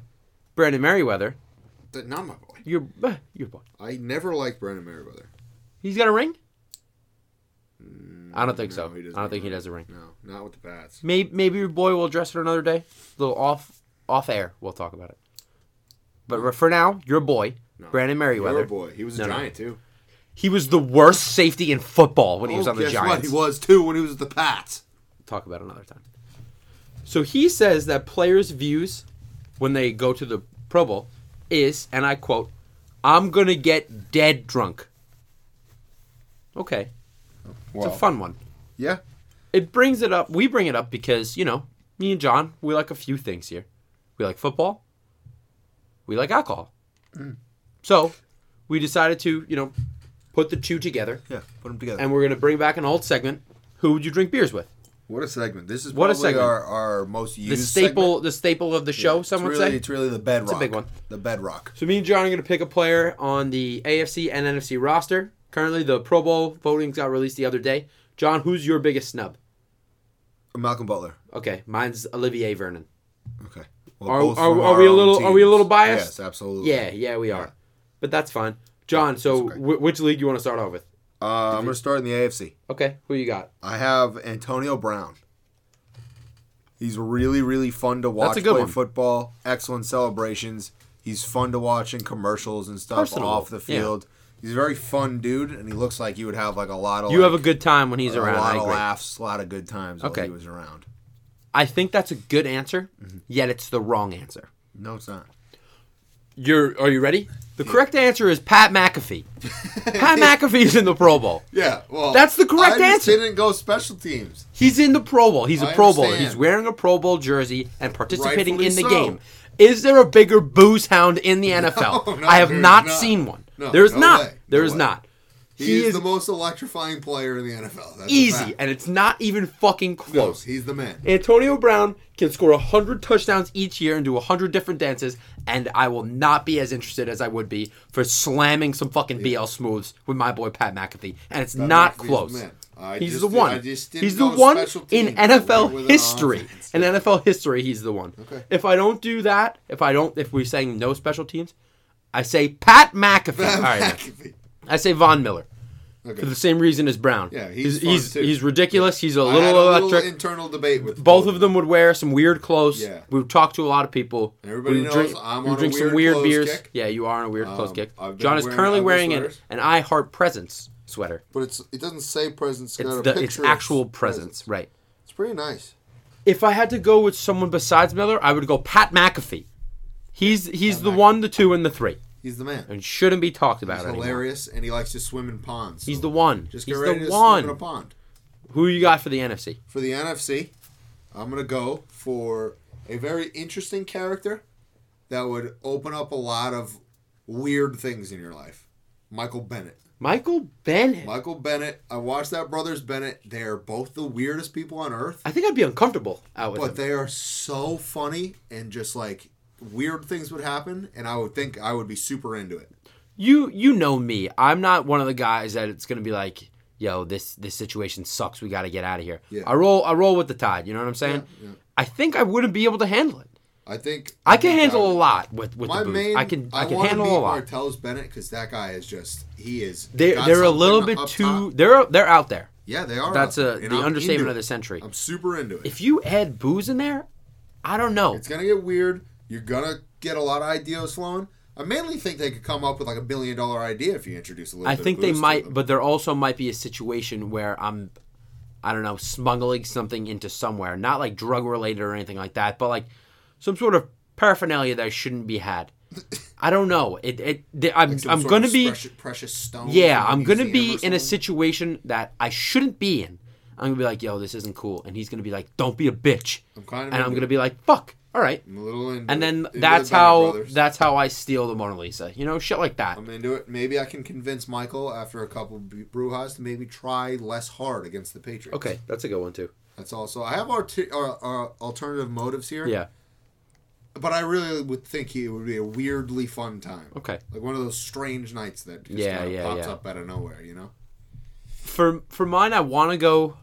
[SPEAKER 1] Brandon Merriweather,
[SPEAKER 2] Th- not my boy.
[SPEAKER 1] your uh, your boy.
[SPEAKER 2] I never liked Brandon Merriweather.
[SPEAKER 1] He's got a ring. I don't think so.
[SPEAKER 2] Mm, No, he doesn't
[SPEAKER 1] I don't think
[SPEAKER 2] have
[SPEAKER 1] he
[SPEAKER 2] a
[SPEAKER 1] does a ring.
[SPEAKER 2] No, not with the bats.
[SPEAKER 1] Maybe maybe your boy will dress for another day. little off off air. We'll talk about it. But for now, your boy
[SPEAKER 2] Mm. No.
[SPEAKER 1] Brandon
[SPEAKER 2] Your
[SPEAKER 1] Merriweather.
[SPEAKER 2] boy. He was a
[SPEAKER 1] No, no.
[SPEAKER 2] giant too.
[SPEAKER 1] He was the worst safety in football when he was
[SPEAKER 2] Oh,
[SPEAKER 1] on the
[SPEAKER 2] guess What?
[SPEAKER 1] Giants.
[SPEAKER 2] He was too when he was with the Pats.
[SPEAKER 1] Talk about it another time. So he says that players' views when they go to the Pro Bowl is, and I quote, "I'm gonna get dead drunk." Okay,
[SPEAKER 2] Well,
[SPEAKER 1] it's a fun one.
[SPEAKER 2] Yeah,
[SPEAKER 1] it brings it up. We bring it up because you know me and John, we like a few things here. We like football. We like alcohol. So we decided to you know put the two together,
[SPEAKER 2] yeah. Put them together.
[SPEAKER 1] and we're gonna bring back an old segment. Who would you drink beers with?
[SPEAKER 2] what a segment. This is
[SPEAKER 1] What a
[SPEAKER 2] probably
[SPEAKER 1] segment.
[SPEAKER 2] Our, our most used
[SPEAKER 1] The staple,
[SPEAKER 2] segment.
[SPEAKER 1] the staple of the show.
[SPEAKER 2] It's
[SPEAKER 1] some would
[SPEAKER 2] really,
[SPEAKER 1] say.
[SPEAKER 2] it's really the bedrock.
[SPEAKER 1] big one.
[SPEAKER 2] The bedrock.
[SPEAKER 1] So me and John are going to pick a player on the AFC and NFC roster. Currently, the Pro Bowl voting got released the other day. John, who's your biggest snub?
[SPEAKER 2] Malcolm Butler.
[SPEAKER 1] Okay, mine's Olivier Vernon.
[SPEAKER 2] Okay. Well,
[SPEAKER 1] Are-
[SPEAKER 2] both
[SPEAKER 1] are-
[SPEAKER 2] from
[SPEAKER 1] are
[SPEAKER 2] our
[SPEAKER 1] we a
[SPEAKER 2] own
[SPEAKER 1] little- are we a
[SPEAKER 2] teams.
[SPEAKER 1] little biased?
[SPEAKER 2] Yes, absolutely.
[SPEAKER 1] Yeah, yeah, we are. But that's fine. John, so
[SPEAKER 2] okay.
[SPEAKER 1] wh- which league do you want to start off with?
[SPEAKER 2] Uh, I'm gonna start in the AFC.
[SPEAKER 1] Okay, who you got?
[SPEAKER 2] I have Antonio Brown. He's really, really fun to watch
[SPEAKER 1] a good
[SPEAKER 2] play
[SPEAKER 1] one.
[SPEAKER 2] football. Excellent celebrations. He's fun to watch in commercials and stuff
[SPEAKER 1] Personable,
[SPEAKER 2] off the
[SPEAKER 1] yeah.
[SPEAKER 2] field. He's a very fun dude, and he looks like he would have like a lot of
[SPEAKER 1] You
[SPEAKER 2] like,
[SPEAKER 1] have a good time when he's
[SPEAKER 2] a
[SPEAKER 1] around.
[SPEAKER 2] lot
[SPEAKER 1] I
[SPEAKER 2] of
[SPEAKER 1] agree.
[SPEAKER 2] laughs, a lot of good times
[SPEAKER 1] Okay.
[SPEAKER 2] while he was around.
[SPEAKER 1] I think that's a good answer,
[SPEAKER 2] Mm-hmm.
[SPEAKER 1] yet it's the wrong answer.
[SPEAKER 2] No, it's not.
[SPEAKER 1] You're are you ready? The correct answer is Pat McAfee. Pat McAfee's in the Pro Bowl.
[SPEAKER 2] Yeah, well,
[SPEAKER 1] That's the correct
[SPEAKER 2] I just
[SPEAKER 1] answer.
[SPEAKER 2] Didn't go special teams.
[SPEAKER 1] He's in the Pro Bowl. He's a
[SPEAKER 2] I
[SPEAKER 1] Pro Bowler.
[SPEAKER 2] understand.
[SPEAKER 1] He's wearing a Pro Bowl jersey and participating
[SPEAKER 2] Rightfully
[SPEAKER 1] in the
[SPEAKER 2] so.
[SPEAKER 1] game. Is there a bigger booze hound in the NFL?
[SPEAKER 2] no,
[SPEAKER 1] I have
[SPEAKER 2] there's
[SPEAKER 1] not,
[SPEAKER 2] not.
[SPEAKER 1] seen one.
[SPEAKER 2] No,
[SPEAKER 1] there is
[SPEAKER 2] no
[SPEAKER 1] not.
[SPEAKER 2] way.
[SPEAKER 1] There
[SPEAKER 2] No
[SPEAKER 1] is
[SPEAKER 2] way.
[SPEAKER 1] not.
[SPEAKER 2] He,
[SPEAKER 1] He
[SPEAKER 2] is,
[SPEAKER 1] is-
[SPEAKER 2] the most electrifying player in the NFL. That's a
[SPEAKER 1] Easy,
[SPEAKER 2] fact.
[SPEAKER 1] and it's not even fucking
[SPEAKER 2] No,
[SPEAKER 1] close.
[SPEAKER 2] he's the man.
[SPEAKER 1] Antonio Brown can score 100 touchdowns each year and do 100 different dances, and I will not be as interested as I would be for slamming some fucking BL smooths with my boy Pat McAfee. And it's not
[SPEAKER 2] McAfee's the
[SPEAKER 1] close.
[SPEAKER 2] man. I
[SPEAKER 1] he's
[SPEAKER 2] just
[SPEAKER 1] the
[SPEAKER 2] did-
[SPEAKER 1] one.
[SPEAKER 2] I just didn't
[SPEAKER 1] he's the
[SPEAKER 2] go to
[SPEAKER 1] one
[SPEAKER 2] special
[SPEAKER 1] in
[SPEAKER 2] teams. Where were
[SPEAKER 1] NFL
[SPEAKER 2] the
[SPEAKER 1] history.
[SPEAKER 2] offense?
[SPEAKER 1] In NFL history, he's the one.
[SPEAKER 2] Okay.
[SPEAKER 1] If I don't do that, if I don't, if we're saying no special teams, I say Pat McAfee. All right, then.
[SPEAKER 2] McAfee.
[SPEAKER 1] I say Von Miller.
[SPEAKER 2] Okay.
[SPEAKER 1] For the same reason as Brown.
[SPEAKER 2] Yeah, he's fun,
[SPEAKER 1] he's,
[SPEAKER 2] too.
[SPEAKER 1] he's ridiculous. He's a
[SPEAKER 2] I had
[SPEAKER 1] little
[SPEAKER 2] a
[SPEAKER 1] electric.
[SPEAKER 2] Little internal debate with
[SPEAKER 1] Both of them would wear some weird clothes.
[SPEAKER 2] Yeah.
[SPEAKER 1] We would talk to a lot of people.
[SPEAKER 2] Everybody
[SPEAKER 1] we would
[SPEAKER 2] knows I'm
[SPEAKER 1] we would
[SPEAKER 2] on a weird clothes kick. Um,
[SPEAKER 1] Yeah, you are on a weird clothes kick.
[SPEAKER 2] I've been
[SPEAKER 1] John is
[SPEAKER 2] wearing
[SPEAKER 1] currently
[SPEAKER 2] other
[SPEAKER 1] wearing an,
[SPEAKER 2] sweaters.
[SPEAKER 1] an I Heart Presence sweater.
[SPEAKER 2] But it's it doesn't say presence.
[SPEAKER 1] It's the it's actual presence, right?
[SPEAKER 2] It's pretty nice.
[SPEAKER 1] If I had to go with someone besides Miller, I would go Pat McAfee. He's he's the one, the two, and the three,
[SPEAKER 2] He's the man.
[SPEAKER 1] and shouldn't be talked about
[SPEAKER 2] He's
[SPEAKER 1] anymore.
[SPEAKER 2] hilarious, and he likes to swim in ponds.
[SPEAKER 1] He's
[SPEAKER 2] so
[SPEAKER 1] the one.
[SPEAKER 2] Just get
[SPEAKER 1] he's
[SPEAKER 2] ready
[SPEAKER 1] the
[SPEAKER 2] to
[SPEAKER 1] one.
[SPEAKER 2] swim in a pond.
[SPEAKER 1] Who you got for the NFC?
[SPEAKER 2] For the NFC, I'm gonna go for a very interesting character that would open up a lot of weird things in your life. Michael Bennett.
[SPEAKER 1] Michael Bennett.
[SPEAKER 2] Michael Bennett. I watched that brothers Bennett. They are both the weirdest people on earth.
[SPEAKER 1] I think I'd be uncomfortable out with him.
[SPEAKER 2] But they are so funny and just like weird things would happen, and I would think I would be super into it.
[SPEAKER 1] you you know me. I'm not one of the guys that it's gonna be like, yo, this this situation sucks. We got to get out of here.
[SPEAKER 2] Yeah.
[SPEAKER 1] I roll I roll with the tide. You know what I'm saying?
[SPEAKER 2] Yeah, yeah.
[SPEAKER 1] I think I wouldn't be able to handle it.
[SPEAKER 2] I think
[SPEAKER 1] I can handle
[SPEAKER 2] I-
[SPEAKER 1] a lot with with
[SPEAKER 2] My
[SPEAKER 1] the booze.
[SPEAKER 2] main,
[SPEAKER 1] I can I, can
[SPEAKER 2] wanna
[SPEAKER 1] handle
[SPEAKER 2] meet
[SPEAKER 1] a lot.
[SPEAKER 2] Martellus Bennett because that guy is just he is.
[SPEAKER 1] they're
[SPEAKER 2] got
[SPEAKER 1] they're a
[SPEAKER 2] something
[SPEAKER 1] little bit
[SPEAKER 2] up
[SPEAKER 1] too
[SPEAKER 2] top.
[SPEAKER 1] they're they're out there.
[SPEAKER 2] Yeah, they are.
[SPEAKER 1] That's
[SPEAKER 2] up
[SPEAKER 1] a
[SPEAKER 2] there, and
[SPEAKER 1] the
[SPEAKER 2] I'm
[SPEAKER 1] understatement
[SPEAKER 2] into
[SPEAKER 1] of the
[SPEAKER 2] it.
[SPEAKER 1] century.
[SPEAKER 2] I'm super into it.
[SPEAKER 1] If you add booze in there, I don't know.
[SPEAKER 2] it's gonna get weird. You're gonna get a lot of ideas flowing. I mainly think they could come up with like a billion dollar idea if you introduce a little.
[SPEAKER 1] I
[SPEAKER 2] bit
[SPEAKER 1] think
[SPEAKER 2] of
[SPEAKER 1] they
[SPEAKER 2] booze to
[SPEAKER 1] might,
[SPEAKER 2] them.
[SPEAKER 1] but there also might be a situation where I'm, I don't know, smuggling something into somewhere, not like drug related or anything like that, but like some sort of paraphernalia that shouldn't be had. I don't know. It, it, th- I'm,
[SPEAKER 2] Some
[SPEAKER 1] I'm
[SPEAKER 2] sort
[SPEAKER 1] gonna
[SPEAKER 2] of
[SPEAKER 1] be,
[SPEAKER 2] precious, precious stone.
[SPEAKER 1] yeah,
[SPEAKER 2] from a
[SPEAKER 1] I'm gonna
[SPEAKER 2] museum
[SPEAKER 1] be
[SPEAKER 2] or
[SPEAKER 1] in a
[SPEAKER 2] something.
[SPEAKER 1] situation that I shouldn't be in. I'm gonna be like, yo, this isn't cool, and he's gonna be like, don't be a bitch,
[SPEAKER 2] I'm kind of.
[SPEAKER 1] and I'm
[SPEAKER 2] into
[SPEAKER 1] gonna
[SPEAKER 2] it.
[SPEAKER 1] be like, fuck, all right.
[SPEAKER 2] I'm a little into
[SPEAKER 1] And
[SPEAKER 2] it.
[SPEAKER 1] then
[SPEAKER 2] Into the
[SPEAKER 1] that's
[SPEAKER 2] Bennett
[SPEAKER 1] how
[SPEAKER 2] brothers. Um,
[SPEAKER 1] that's how I steal the Mona Lisa, you know, shit like that.
[SPEAKER 2] I'm into it. Maybe I can convince Michael after a couple b- brujas to maybe try less hard against the Patriots.
[SPEAKER 1] Okay, that's a good one too.
[SPEAKER 2] That's also. I have our, our, our alternative motives here.
[SPEAKER 1] Yeah.
[SPEAKER 2] But I really would think it would be a weirdly fun time.
[SPEAKER 1] Okay.
[SPEAKER 2] Like one of those strange nights that just
[SPEAKER 1] Yeah,
[SPEAKER 2] kinda
[SPEAKER 1] yeah,
[SPEAKER 2] pops
[SPEAKER 1] yeah.
[SPEAKER 2] up out of nowhere, you know?
[SPEAKER 1] for for mine, I want to go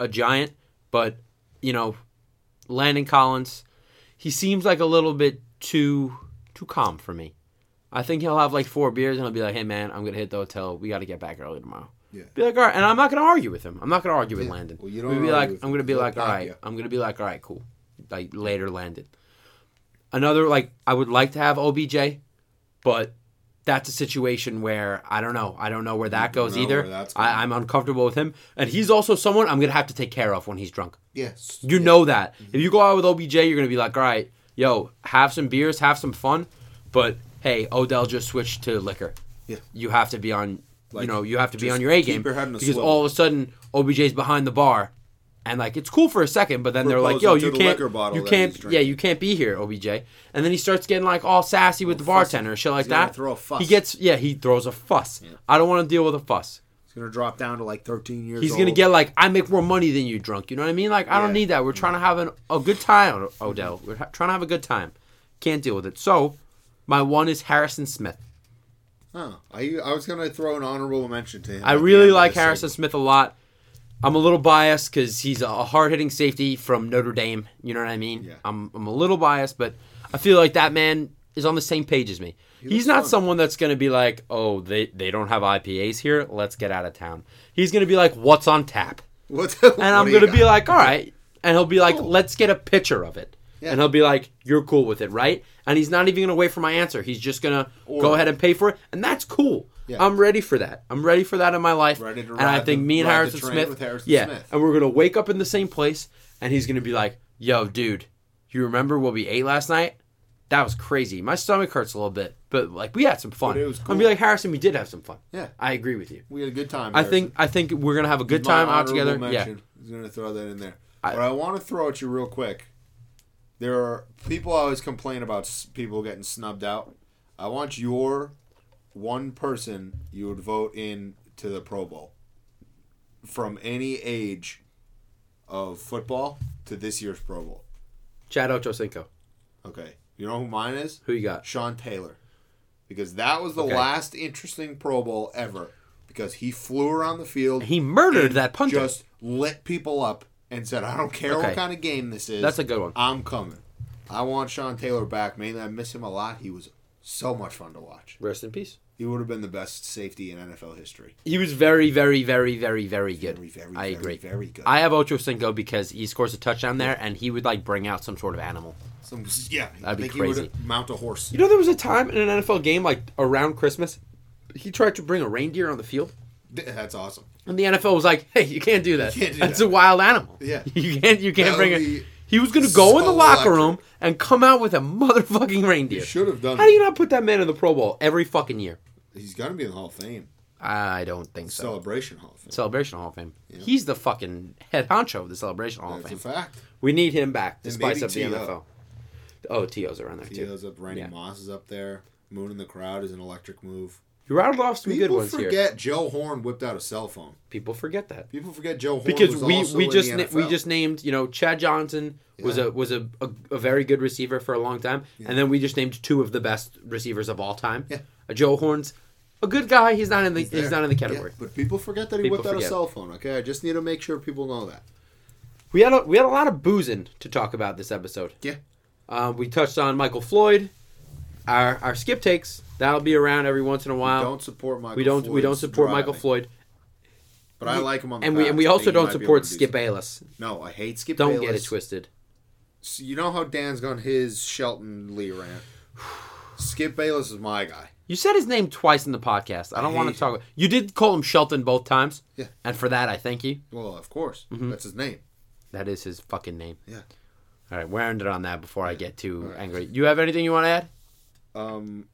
[SPEAKER 1] a giant, but you know, Landon Collins, he seems like a little bit too too calm for me. I think he'll have like four beers and he'll be like, "Hey man, I'm gonna hit the hotel. We got to get back early tomorrow."
[SPEAKER 2] Yeah.
[SPEAKER 1] Be like, "All right," and I'm not gonna argue with him. I'm not gonna argue with
[SPEAKER 2] Yeah.
[SPEAKER 1] Landon.
[SPEAKER 2] Well, you don't
[SPEAKER 1] We'll be
[SPEAKER 2] argue
[SPEAKER 1] like,
[SPEAKER 2] with
[SPEAKER 1] I'm
[SPEAKER 2] him
[SPEAKER 1] gonna be
[SPEAKER 2] 'cause
[SPEAKER 1] like,
[SPEAKER 2] he'll
[SPEAKER 1] "All
[SPEAKER 2] pop
[SPEAKER 1] right,"
[SPEAKER 2] you.
[SPEAKER 1] I'm gonna be like, "All right, cool." Like later, Landon. Another like, I would like to have OBJ, but that's a situation where I don't know. I don't know where that
[SPEAKER 2] don't
[SPEAKER 1] goes
[SPEAKER 2] know
[SPEAKER 1] either.
[SPEAKER 2] where that's going.
[SPEAKER 1] I, I'm uncomfortable with him, and he's also someone I'm gonna have to take care of when he's drunk.
[SPEAKER 2] Yes.
[SPEAKER 1] You
[SPEAKER 2] Yeah. Mm-hmm.
[SPEAKER 1] know that if you go out with OBJ, you're gonna be like, all right, yo, have some beers, have some fun, but hey, Odell just switched to liquor.
[SPEAKER 2] Yeah.
[SPEAKER 1] you have to be on. you
[SPEAKER 2] Like,
[SPEAKER 1] know, you have to be
[SPEAKER 2] just
[SPEAKER 1] on your A
[SPEAKER 2] keep
[SPEAKER 1] game
[SPEAKER 2] your head in the
[SPEAKER 1] because
[SPEAKER 2] swivel.
[SPEAKER 1] all of a sudden OBJ's behind the bar, and like it's cool for a second, but then they're like,
[SPEAKER 2] Proposing
[SPEAKER 1] yo,
[SPEAKER 2] to
[SPEAKER 1] you
[SPEAKER 2] the
[SPEAKER 1] can't,
[SPEAKER 2] liquor bottle
[SPEAKER 1] you
[SPEAKER 2] that
[SPEAKER 1] can't,
[SPEAKER 2] he's
[SPEAKER 1] yeah,
[SPEAKER 2] drinking.
[SPEAKER 1] you can't be here, OBJ, and then he starts getting like all sassy with the bartender and shit like
[SPEAKER 3] He's gonna
[SPEAKER 1] that.
[SPEAKER 3] throw a fuss.
[SPEAKER 1] He gets, yeah, he throws a fuss. I don't want to deal with a fuss.
[SPEAKER 3] He's gonna drop down to like 13 years.
[SPEAKER 1] He's gonna
[SPEAKER 3] old.
[SPEAKER 1] get like I make more money than you, drunk. You know what I mean? Like I don't
[SPEAKER 2] Yeah.
[SPEAKER 1] need that. We're trying to have an, a good time, Odell. We're ha- trying to have a good time. Can't deal with it. So my one is Harrison Smith.
[SPEAKER 2] Huh. I, I was going to throw an honorable mention to him.
[SPEAKER 1] I
[SPEAKER 2] at the
[SPEAKER 1] really
[SPEAKER 2] end of
[SPEAKER 1] like
[SPEAKER 2] this
[SPEAKER 1] Harrison Smith a lot. I'm a little biased because he's a hard hitting safety from Notre Dame. You know what I mean?
[SPEAKER 2] Yeah.
[SPEAKER 1] I'm I'm a little biased, but I feel like that man is on the same page as me. he's
[SPEAKER 2] looks
[SPEAKER 1] not
[SPEAKER 2] fun.
[SPEAKER 1] someone that's gonna be like, oh, they they don't have IPAs here. Let's get out of town. He's gonna be like, what's on tap?
[SPEAKER 2] segment. What,
[SPEAKER 1] And I'm gonna be like, all right. And he'll be like, let's get a picture of it.
[SPEAKER 2] Yeah.
[SPEAKER 1] And he'll be like, you're cool with it, right? And he's not even gonna wait for my answer. He's just gonna go
[SPEAKER 2] Order.
[SPEAKER 1] ahead and pay for it, and that's cool.
[SPEAKER 2] Yeah.
[SPEAKER 1] I'm ready for that. I'm ready for that in my life.
[SPEAKER 2] Ready to
[SPEAKER 1] and I
[SPEAKER 2] ride
[SPEAKER 1] think
[SPEAKER 2] the-
[SPEAKER 1] me and
[SPEAKER 2] ride the
[SPEAKER 1] Harrison
[SPEAKER 2] train
[SPEAKER 1] Smith,
[SPEAKER 2] with Harrison
[SPEAKER 1] yeah,
[SPEAKER 2] Smith.
[SPEAKER 1] and we're gonna wake up in the same place, and he's gonna be like, yo, dude, you remember what we ate last night? That was crazy. My stomach hurts a little bit, but like we had some fun.
[SPEAKER 2] But it was
[SPEAKER 1] I'm gonna be
[SPEAKER 2] cool.
[SPEAKER 1] like Harrison, we did have some fun.
[SPEAKER 2] Yeah.
[SPEAKER 1] I agree with you.
[SPEAKER 2] We had a good time.
[SPEAKER 1] I
[SPEAKER 2] Harrison.
[SPEAKER 1] think I think we're gonna have a good
[SPEAKER 2] My
[SPEAKER 1] time out
[SPEAKER 2] honorable
[SPEAKER 1] together. Yeah.
[SPEAKER 2] mention. I was going to throw that in there. but I want to throw at you real quick. There are people always complain about s- people getting snubbed out. I want your one person you would vote in to the Pro Bowl from any age of football to this year's Pro Bowl.
[SPEAKER 1] Chad Ochocinco.
[SPEAKER 2] Okay. You know who mine is?
[SPEAKER 1] Who you got?
[SPEAKER 2] Sean Taylor. Because that was the
[SPEAKER 1] Okay.
[SPEAKER 2] last interesting Pro Bowl ever. Because he flew around the field.
[SPEAKER 1] He murdered that punter.
[SPEAKER 2] Just lit people up and said, I don't care
[SPEAKER 1] Okay.
[SPEAKER 2] what kind of game this is.
[SPEAKER 1] That's a good one.
[SPEAKER 2] I'm coming. I want Sean Taylor back. Mainly, I miss him a lot. He was so much fun to watch.
[SPEAKER 1] Rest in peace.
[SPEAKER 2] He would have been the best safety in NFL history.
[SPEAKER 1] He was very, very, very, very, very good.
[SPEAKER 2] Very, very,
[SPEAKER 1] I
[SPEAKER 2] very,
[SPEAKER 1] agree.
[SPEAKER 2] very good.
[SPEAKER 1] I have Ochocinco because he scores a touchdown there, and he would like bring out some sort of animal.
[SPEAKER 2] Some, yeah, I
[SPEAKER 1] That'd be
[SPEAKER 2] think he
[SPEAKER 1] crazy.
[SPEAKER 2] would mount a horse.
[SPEAKER 1] You know, there was a time in an NFL game, like around Christmas, he tried to bring a reindeer on the field,
[SPEAKER 2] Th- That's awesome.
[SPEAKER 1] and the NFL was like, "Hey, you can't do that.
[SPEAKER 2] You can't do
[SPEAKER 1] That's
[SPEAKER 2] that."
[SPEAKER 1] a wild animal.
[SPEAKER 2] Yeah.
[SPEAKER 1] you can't. You can't
[SPEAKER 2] That
[SPEAKER 1] bring
[SPEAKER 2] would
[SPEAKER 1] it."
[SPEAKER 2] be
[SPEAKER 1] He was going to go in the
[SPEAKER 2] so
[SPEAKER 1] locker
[SPEAKER 2] electric.
[SPEAKER 1] room and come out with a motherfucking reindeer.
[SPEAKER 2] He should have done
[SPEAKER 1] How do you
[SPEAKER 2] that.
[SPEAKER 1] not put that man in the Pro Bowl every fucking year?
[SPEAKER 2] He's going to be in the Hall of Fame.
[SPEAKER 1] I don't think so.
[SPEAKER 2] Celebration Hall of Fame.
[SPEAKER 1] Celebration Hall of Fame. He's the fucking head honcho of the Celebration Hall of
[SPEAKER 2] That's
[SPEAKER 1] Fame.
[SPEAKER 2] a fact.
[SPEAKER 1] We need him back to
[SPEAKER 2] And
[SPEAKER 1] spice
[SPEAKER 2] maybe
[SPEAKER 1] up the
[SPEAKER 2] T.O.
[SPEAKER 1] NFL. Oh, T.O.'s around there too.
[SPEAKER 2] Tito's up. Randy
[SPEAKER 1] Yeah.
[SPEAKER 2] Moss is up there. Moon in the crowd is an electric move.
[SPEAKER 1] You rattled off some
[SPEAKER 2] People
[SPEAKER 1] good ones
[SPEAKER 2] forget
[SPEAKER 1] here.
[SPEAKER 2] Joe Horn whipped out a cell phone.
[SPEAKER 1] People forget that
[SPEAKER 2] People forget Joe Horn
[SPEAKER 1] because
[SPEAKER 2] was
[SPEAKER 1] we
[SPEAKER 2] also
[SPEAKER 1] we
[SPEAKER 2] in
[SPEAKER 1] just
[SPEAKER 2] the
[SPEAKER 1] na- we
[SPEAKER 2] NFL.
[SPEAKER 1] just named you know Chad Johnson was
[SPEAKER 2] Yeah.
[SPEAKER 1] a was a, a, a very good receiver for a long time, and then we just named two of the best receivers of all time.
[SPEAKER 2] Yeah.
[SPEAKER 1] Uh, Joe Horn's a good guy. He's not in the he's,
[SPEAKER 2] there.
[SPEAKER 1] not in the category.
[SPEAKER 2] Yeah, but people forget that he
[SPEAKER 1] People
[SPEAKER 2] whipped out
[SPEAKER 1] forget.
[SPEAKER 2] a cell phone. Okay, I just need to make sure people know that.
[SPEAKER 1] We had a, we had a lot of boozing to talk about this episode.
[SPEAKER 2] Yeah.
[SPEAKER 1] Uh, we touched on Michael Floyd, our our skip takes. That'll be around every once in a while.
[SPEAKER 2] don't support Michael.
[SPEAKER 1] Um, we don't we don't
[SPEAKER 2] Floyd's
[SPEAKER 1] support
[SPEAKER 2] driving,
[SPEAKER 1] Michael Floyd.
[SPEAKER 2] but I like him on the
[SPEAKER 1] and we
[SPEAKER 2] pads.
[SPEAKER 1] and we
[SPEAKER 2] I
[SPEAKER 1] also
[SPEAKER 2] think he
[SPEAKER 1] don't
[SPEAKER 2] might be
[SPEAKER 1] support
[SPEAKER 2] able to do
[SPEAKER 1] Skip
[SPEAKER 2] something.
[SPEAKER 1] Bayless.
[SPEAKER 2] No, I hate Skip.
[SPEAKER 1] Don't get it
[SPEAKER 2] Bayless.
[SPEAKER 1] twisted.
[SPEAKER 2] So you know how Dan's gone his Shelton Lee rant. Skip Bayless is my guy.
[SPEAKER 1] You said his name twice in the podcast. I don't
[SPEAKER 2] I
[SPEAKER 1] want
[SPEAKER 2] hate
[SPEAKER 1] to talk. About, you did call him Shelton both times.
[SPEAKER 2] Yeah.
[SPEAKER 1] And for that, I thank you.
[SPEAKER 2] Well, of course,
[SPEAKER 1] Mm-hmm.
[SPEAKER 2] that's his name.
[SPEAKER 1] That is his fucking name.
[SPEAKER 2] Yeah.
[SPEAKER 1] All right, we're ended on that before I get too
[SPEAKER 2] right.
[SPEAKER 1] angry. You have anything you want to add?
[SPEAKER 2] Um,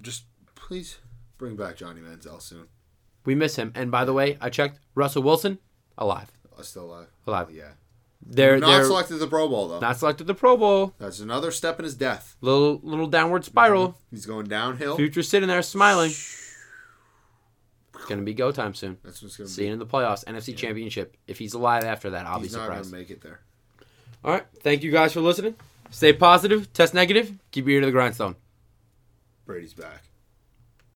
[SPEAKER 2] just please bring back Johnny Manziel soon.
[SPEAKER 1] We miss him. And by the way, I checked. Russell Wilson alive.
[SPEAKER 2] I still alive.
[SPEAKER 1] Alive.
[SPEAKER 2] Yeah.
[SPEAKER 1] They're
[SPEAKER 2] Not
[SPEAKER 1] they're
[SPEAKER 2] selected to the Pro Bowl though.
[SPEAKER 1] not selected the Pro Bowl.
[SPEAKER 2] that's another step in his death.
[SPEAKER 1] Little little downward spiral.
[SPEAKER 2] He's going downhill.
[SPEAKER 1] Future sitting there smiling. It's gonna be go time soon.
[SPEAKER 2] That's what's going to
[SPEAKER 1] See
[SPEAKER 2] be.
[SPEAKER 1] you in the playoffs, NFC Championship. If he's alive after that, I'll
[SPEAKER 2] He's
[SPEAKER 1] be
[SPEAKER 2] not going to
[SPEAKER 1] surprised.
[SPEAKER 2] make it there.
[SPEAKER 1] All right. Thank you guys for listening. Stay positive, test negative, keep your ear to the grindstone.
[SPEAKER 2] Brady's back.